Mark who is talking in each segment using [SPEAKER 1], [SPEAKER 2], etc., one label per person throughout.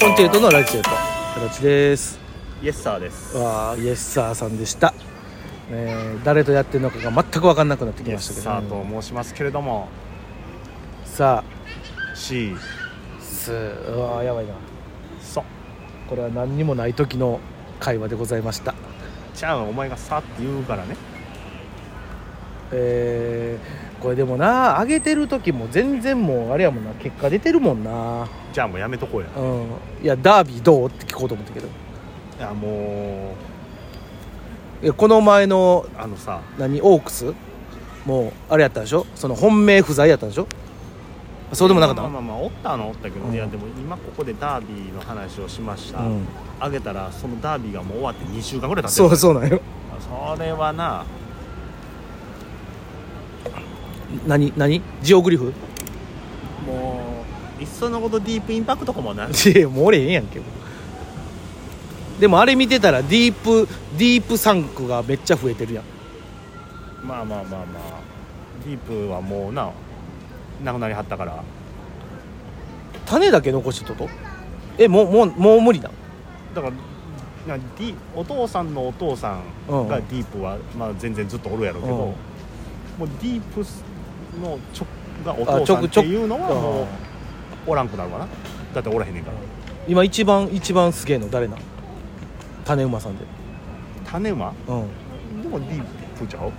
[SPEAKER 1] コンテントのラジオと形です
[SPEAKER 2] イエスサーです
[SPEAKER 1] わあイエスサーさんでした、えー誰とやってるのかが全く分かんなくなってき
[SPEAKER 2] イエ
[SPEAKER 1] ましたけ
[SPEAKER 2] ス
[SPEAKER 1] ど
[SPEAKER 2] サーと申しますけれども
[SPEAKER 1] さ
[SPEAKER 2] C
[SPEAKER 1] あすうわあやばいな
[SPEAKER 2] そう
[SPEAKER 1] これは何にもない時の会話でございました
[SPEAKER 2] ちゃうお前がさって言うからね
[SPEAKER 1] えーこれでもな上げてる時も全然もうあれやもんな結果出てるもんな
[SPEAKER 2] じゃあもうやめとこうや
[SPEAKER 1] うんいやダービーどうって聞こうと思ったけど
[SPEAKER 2] いやも
[SPEAKER 1] いやこの前の
[SPEAKER 2] うあのさ
[SPEAKER 1] 何オークスもうあれやったでしょその本命不在やったでしょそうでもなかった
[SPEAKER 2] まあ
[SPEAKER 1] の
[SPEAKER 2] まあまあおったのおったけど、
[SPEAKER 1] うん
[SPEAKER 2] いやでも今ここでダービーの話をしました、
[SPEAKER 1] うん
[SPEAKER 2] あげたらそのダービーがもう終わって2週間ぐらい経って
[SPEAKER 1] そ
[SPEAKER 2] る
[SPEAKER 1] うそうなんよ
[SPEAKER 2] それはな
[SPEAKER 1] 何何ジオグリフ
[SPEAKER 2] もういっそのことディープインパクトかもない
[SPEAKER 1] やもう俺ええやんけでもあれ見てたらディープディープサンクがめっちゃ増えてるやん
[SPEAKER 2] まあまあまあまあディープはもうななくなりはったから
[SPEAKER 1] 種だけ残しとっとえもうもうもう無理だ
[SPEAKER 2] だからなディお父さんのお父さんが
[SPEAKER 1] う
[SPEAKER 2] ディープは、まあ、全然ずっとおるやろうけど、
[SPEAKER 1] うん
[SPEAKER 2] もうディープのちょがお父さんっていうのはもうおらんくなるわなだっておらへんねんから
[SPEAKER 1] 今一番一番すげえの誰なん種馬さんで
[SPEAKER 2] 種馬
[SPEAKER 1] うん
[SPEAKER 2] でもディープちゃう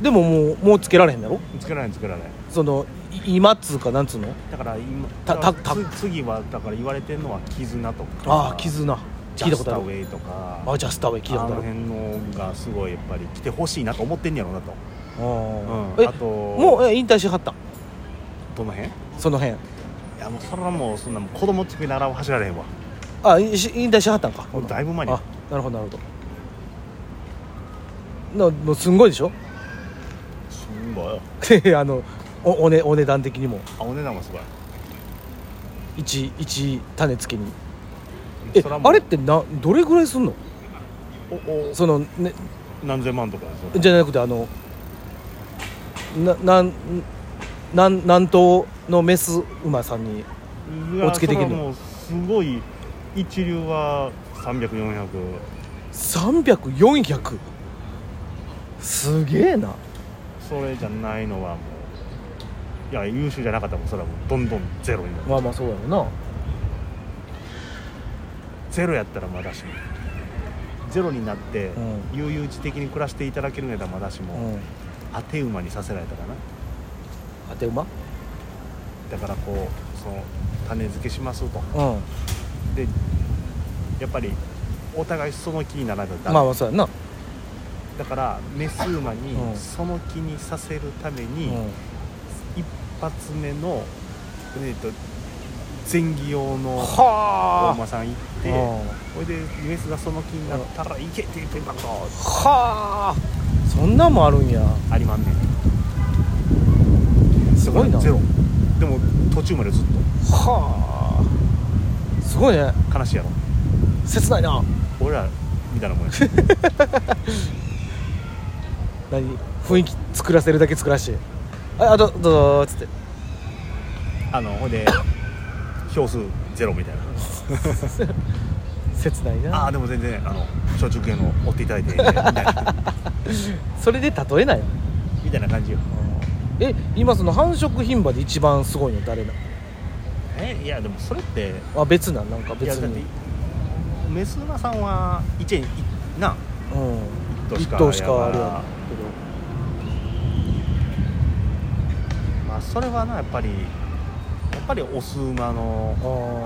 [SPEAKER 1] でももうもうつけられへんだろ
[SPEAKER 2] 作らない作らない
[SPEAKER 1] そのい今っつうかなんつうの
[SPEAKER 2] だから今
[SPEAKER 1] たたた
[SPEAKER 2] つ次はだから言われてるのは絆とか
[SPEAKER 1] ああ絆聞いたこ
[SPEAKER 2] ジャスタ
[SPEAKER 1] とあ
[SPEAKER 2] ウ
[SPEAKER 1] る
[SPEAKER 2] ェイとか
[SPEAKER 1] あジャスタウェイ聞いた
[SPEAKER 2] あ
[SPEAKER 1] こと
[SPEAKER 2] の
[SPEAKER 1] ある
[SPEAKER 2] 辺のがすごいやっぱり来てほしいなと思ってんやろうなと、
[SPEAKER 1] あ
[SPEAKER 2] うん、
[SPEAKER 1] ーえ
[SPEAKER 2] あと
[SPEAKER 1] もうえ引退しはったん
[SPEAKER 2] どの辺い
[SPEAKER 1] その辺
[SPEAKER 2] やもうそれはもうそんなもう子供つけなら走られへんわ
[SPEAKER 1] あいし引退しはったんか
[SPEAKER 2] もうだいぶ前に
[SPEAKER 1] あなるほどなるほどなもうすんごいでしょ
[SPEAKER 2] すんごい
[SPEAKER 1] あのおお,、ね、お値段的にも
[SPEAKER 2] あお値段もすごい
[SPEAKER 1] 一一種付けにえ
[SPEAKER 2] そはもう
[SPEAKER 1] あれってなどれぐらいすんの
[SPEAKER 2] おお
[SPEAKER 1] その、ね、
[SPEAKER 2] 何千万とかです
[SPEAKER 1] じゃなくてあのななんなん南東のメス馬さんに
[SPEAKER 2] うわ
[SPEAKER 1] おつけていけん
[SPEAKER 2] それ
[SPEAKER 1] の
[SPEAKER 2] はもうすごい一流は300400
[SPEAKER 1] 300400すげえな
[SPEAKER 2] それじゃないのはもういや優秀じゃなかったらもうそれはもうどんどんゼロになる
[SPEAKER 1] まあまあそうやろな
[SPEAKER 2] ゼロやったらまだしもゼロになって
[SPEAKER 1] う
[SPEAKER 2] 悠々自適に暮らしていただけるんやったらまだしも、
[SPEAKER 1] うん
[SPEAKER 2] 当て馬にさせられたかな
[SPEAKER 1] 当て馬
[SPEAKER 2] だからこうその種付けしますと
[SPEAKER 1] うん
[SPEAKER 2] でやっぱりお互いその気にならないとダメ、
[SPEAKER 1] まあまあそうやな
[SPEAKER 2] だからメス馬に
[SPEAKER 1] うん
[SPEAKER 2] その気にさせるため
[SPEAKER 1] う
[SPEAKER 2] に、
[SPEAKER 1] ん
[SPEAKER 2] 一発目の、えー、と前技用の大
[SPEAKER 1] は
[SPEAKER 2] 馬さん行ってほいでメスがその気になったら「いけ!」って言ってバコー
[SPEAKER 1] はあそんなんもあるんや
[SPEAKER 2] ありまんねん
[SPEAKER 1] すごいな
[SPEAKER 2] ゼロでも途中までずっ
[SPEAKER 1] はあすごいね
[SPEAKER 2] と悲しいやろ
[SPEAKER 1] 切ないな
[SPEAKER 2] 俺らみたいなもん や
[SPEAKER 1] 何雰囲気作らせるだけ作らしてああどどうぞっつって
[SPEAKER 2] あのほいで票数ゼロみたいな
[SPEAKER 1] 切ない
[SPEAKER 2] あ
[SPEAKER 1] な
[SPEAKER 2] あでも全然あの小中系の追っていただいていいねみたいな
[SPEAKER 1] それで例えない
[SPEAKER 2] みたいな感じよ
[SPEAKER 1] え今その繁殖牝馬で一番すごいの誰な
[SPEAKER 2] えいやでもそれって
[SPEAKER 1] のあ別なんなんか
[SPEAKER 2] いや
[SPEAKER 1] 別
[SPEAKER 2] だって
[SPEAKER 1] に
[SPEAKER 2] メス馬さんは一円いな
[SPEAKER 1] うん
[SPEAKER 2] 一頭し
[SPEAKER 1] 一
[SPEAKER 2] か
[SPEAKER 1] 頭しかあ
[SPEAKER 2] や
[SPEAKER 1] れ
[SPEAKER 2] か
[SPEAKER 1] や
[SPEAKER 2] ら
[SPEAKER 1] けど
[SPEAKER 2] まあそれはなやっぱりやっぱりオス馬の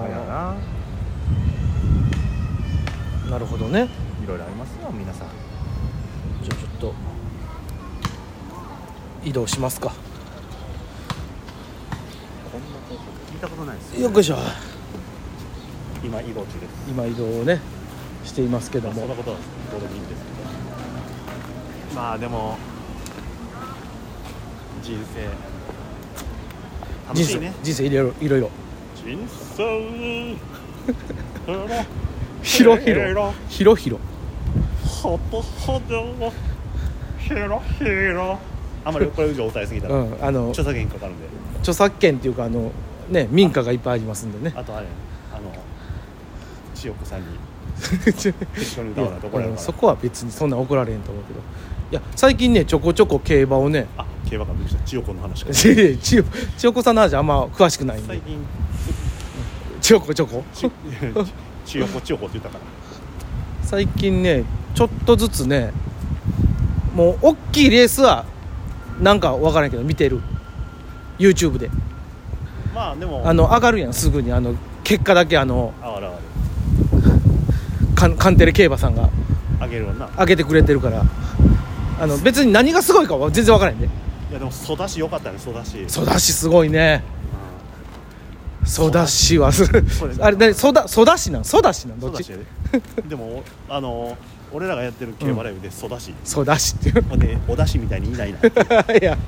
[SPEAKER 2] あれや
[SPEAKER 1] あ
[SPEAKER 2] な
[SPEAKER 1] あなるほどね
[SPEAKER 2] いろいろありますよ皆さん
[SPEAKER 1] じゃあちょっと移動しますか
[SPEAKER 2] こんな広告聞いたことないです
[SPEAKER 1] よっこいしょ
[SPEAKER 2] 今移動中です
[SPEAKER 1] 今移動をねしていますけど
[SPEAKER 2] まあそんなこ
[SPEAKER 1] も
[SPEAKER 2] とはどうでもいいんですけどまあでも人生楽
[SPEAKER 1] 人
[SPEAKER 2] しい
[SPEAKER 1] 生
[SPEAKER 2] ね
[SPEAKER 1] 人生いろいろいろいろ
[SPEAKER 2] 人 生
[SPEAKER 1] ひろひ
[SPEAKER 2] いろい
[SPEAKER 1] ろ
[SPEAKER 2] ろ
[SPEAKER 1] ひろひろ
[SPEAKER 2] ほどほどひろひろあんまりこれ以上歌いすぎた
[SPEAKER 1] う
[SPEAKER 2] ら
[SPEAKER 1] んあの
[SPEAKER 2] 著作権かかるんで
[SPEAKER 1] 著作権っていうかあのね民家がいっぱいありますんでね
[SPEAKER 2] あとあれあの塩子さんに適当に歌わないと怒られる
[SPEAKER 1] うん
[SPEAKER 2] か
[SPEAKER 1] そ
[SPEAKER 2] ら
[SPEAKER 1] こは別にそんな怒られへんと思うけどいや最近ねちょこちょこ競馬をね
[SPEAKER 2] あ競馬かびっくりした千代子の話か
[SPEAKER 1] ちよ千代子さんの話あんま詳しくないん
[SPEAKER 2] 最
[SPEAKER 1] で
[SPEAKER 2] 近
[SPEAKER 1] ちょこちょこ
[SPEAKER 2] ち 千代子千代子って言ったから
[SPEAKER 1] 最近ねちょっとずつねもう大きいレースはなんか分からんけど見てる YouTube で
[SPEAKER 2] まあでも
[SPEAKER 1] あの上がるやんすぐにあの結果だけあの
[SPEAKER 2] あわらわる
[SPEAKER 1] カンカンテレ競馬さんが
[SPEAKER 2] あげるわな
[SPEAKER 1] 上げてくれてるからあの別に何がすごいかは全然分からへんね
[SPEAKER 2] いやでも育ちよかったね育ち
[SPEAKER 1] ソダシすごいねソダシはする
[SPEAKER 2] そうです
[SPEAKER 1] あれ何ソダソダシなんソダシなんどっ
[SPEAKER 2] 育
[SPEAKER 1] ち
[SPEAKER 2] ちやででもあの俺らがやってる競馬ライブで育ち
[SPEAKER 1] ソダシっていう
[SPEAKER 2] ほんでお出汁みたいにいないな
[SPEAKER 1] いや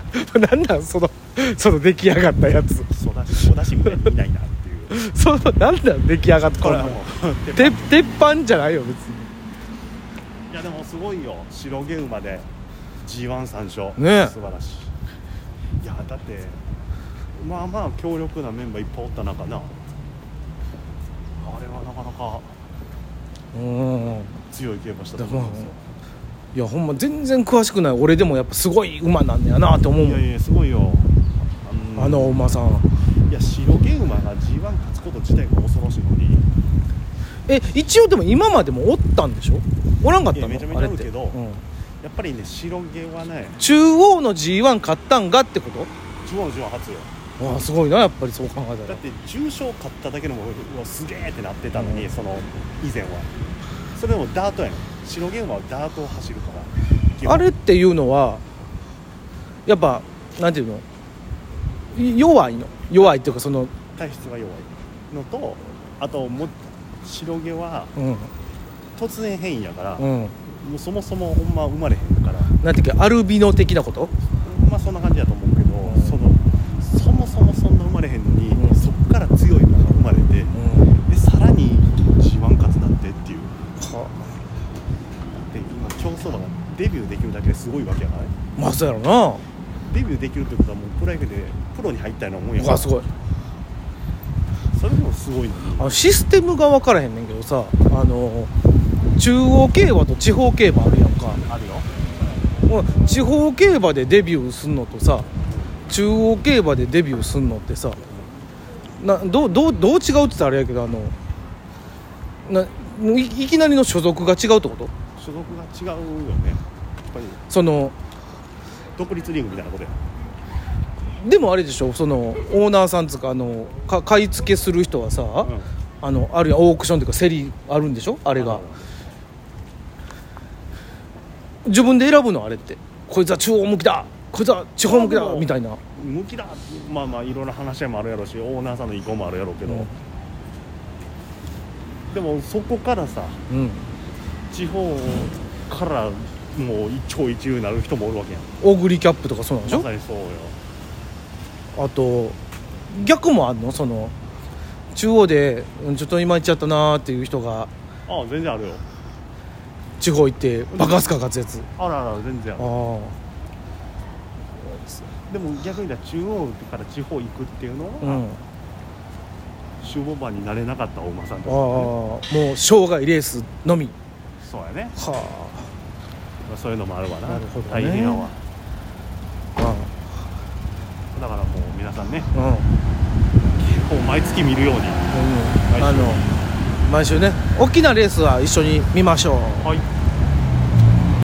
[SPEAKER 1] 何なんそのその出来上がったやつ
[SPEAKER 2] 育ちお出汁みたいにいないなっていう
[SPEAKER 1] その何なん出来上がった
[SPEAKER 2] これは
[SPEAKER 1] の
[SPEAKER 2] もう
[SPEAKER 1] 鉄鉄板じゃないよ別に
[SPEAKER 2] いやでもすごいよ白毛馬で g 1三勝
[SPEAKER 1] ねえ
[SPEAKER 2] 素晴らしいいやだってまあまあ強力なメンバーいっぱいおった中なあれはなかなか
[SPEAKER 1] うん
[SPEAKER 2] 強い競馬したと
[SPEAKER 1] で
[SPEAKER 2] 思うん
[SPEAKER 1] も
[SPEAKER 2] ですよ
[SPEAKER 1] いやほんま全然詳しくない俺でもやっぱすごい馬なんやなって思う
[SPEAKER 2] い
[SPEAKER 1] も
[SPEAKER 2] や
[SPEAKER 1] ん
[SPEAKER 2] いやすごいよ
[SPEAKER 1] あのお馬さ
[SPEAKER 2] い
[SPEAKER 1] ん
[SPEAKER 2] や白毛馬が G1 勝つこと自体が恐ろしいのに
[SPEAKER 1] え一応でも今までもおったんでしょおらんかったの
[SPEAKER 2] いやめちゃめちゃ
[SPEAKER 1] あれっ
[SPEAKER 2] おる
[SPEAKER 1] て、
[SPEAKER 2] けど
[SPEAKER 1] うん
[SPEAKER 2] やっぱりね白毛はね
[SPEAKER 1] 中央の g 1勝ったんがってこと
[SPEAKER 2] 中央の G1 初よ
[SPEAKER 1] わあすごいなやっぱりそう考えた
[SPEAKER 2] だ
[SPEAKER 1] ら
[SPEAKER 2] って重賞勝っただけでもうわすげえってなってたのに、
[SPEAKER 1] うん
[SPEAKER 2] その以前はそれでもダートやねん白毛馬はダートを走るから基本
[SPEAKER 1] あれっていうのはやっぱなんていうのい弱いの弱いっていうかその
[SPEAKER 2] 体質が弱いのとあとも白毛は
[SPEAKER 1] うん
[SPEAKER 2] 突然変異やから、も
[SPEAKER 1] うん
[SPEAKER 2] うそもそもほんま生まれへんから
[SPEAKER 1] なんていうかアルビノ的なこと
[SPEAKER 2] まあそんな感じだと思うけど、
[SPEAKER 1] うん
[SPEAKER 2] そのそもそもそんな生まれへんのに、
[SPEAKER 1] うん
[SPEAKER 2] そっから強い馬が生まれて
[SPEAKER 1] うん
[SPEAKER 2] でさらに G1 勝つなんてっていう
[SPEAKER 1] は
[SPEAKER 2] で今競走馬がデビューできるだけですごいわけやからね
[SPEAKER 1] あまあそうやろ
[SPEAKER 2] デビューできるってことはもうプロ野球でプロに入ったようなもん
[SPEAKER 1] な
[SPEAKER 2] や
[SPEAKER 1] う
[SPEAKER 2] から
[SPEAKER 1] わすごい
[SPEAKER 2] それでもすごいの
[SPEAKER 1] あ
[SPEAKER 2] に
[SPEAKER 1] のシステムが分からへんねんけどさあの中央競馬と地方競馬あるやんか
[SPEAKER 2] あるよ
[SPEAKER 1] もう地方競馬でデビューすんのとさ中央競馬でデビューすんのってさなどうどうどう違うって言ったらあれやけどあのないいきなりの所属が違うってこと
[SPEAKER 2] 所属が違うよねやっぱり
[SPEAKER 1] その
[SPEAKER 2] 独立リーグみたいなことや
[SPEAKER 1] でもあれでしょそのオーナーさんつうかあのか買い付けする人はさ、
[SPEAKER 2] うん
[SPEAKER 1] あのあるいはオークションというか競りあるんでしょあれが自分で選ぶのあれってこいつは中央向きだこいつは地方向き
[SPEAKER 2] あで
[SPEAKER 1] だ
[SPEAKER 2] も
[SPEAKER 1] みたいな
[SPEAKER 2] 向きだまあまあいろんな話し合いもあるやろうしオーナーさんの意向もあるやろうけど、
[SPEAKER 1] うん
[SPEAKER 2] でもそこからさ
[SPEAKER 1] うん
[SPEAKER 2] 地方からもう一朝一夕になる人もおるわけやん
[SPEAKER 1] オグリキャップとかそうなんでしょ
[SPEAKER 2] まさにそうよ
[SPEAKER 1] あと逆もあんのその中央でうんちょっと今行っちゃったなーっていう人が
[SPEAKER 2] ああ全然あるよ
[SPEAKER 1] 地方行ってバカスカ勝つやつ
[SPEAKER 2] あらあら全然あ
[SPEAKER 1] あ
[SPEAKER 2] る
[SPEAKER 1] あ
[SPEAKER 2] でも逆に言ったら中央から地方行くっていうのは、
[SPEAKER 1] うん
[SPEAKER 2] 守護馬になれなかったお馬さん
[SPEAKER 1] ああ
[SPEAKER 2] とか、ね、
[SPEAKER 1] もう生涯レースのみ
[SPEAKER 2] そうやね
[SPEAKER 1] は
[SPEAKER 2] まあそういうのもあるわな
[SPEAKER 1] なるほどね
[SPEAKER 2] 大変やわ
[SPEAKER 1] ああ
[SPEAKER 2] だからもう皆さんね
[SPEAKER 1] あうん、うん
[SPEAKER 2] こう毎月見るように
[SPEAKER 1] あの毎週ね大きなレースは一緒に見ましょう
[SPEAKER 2] はい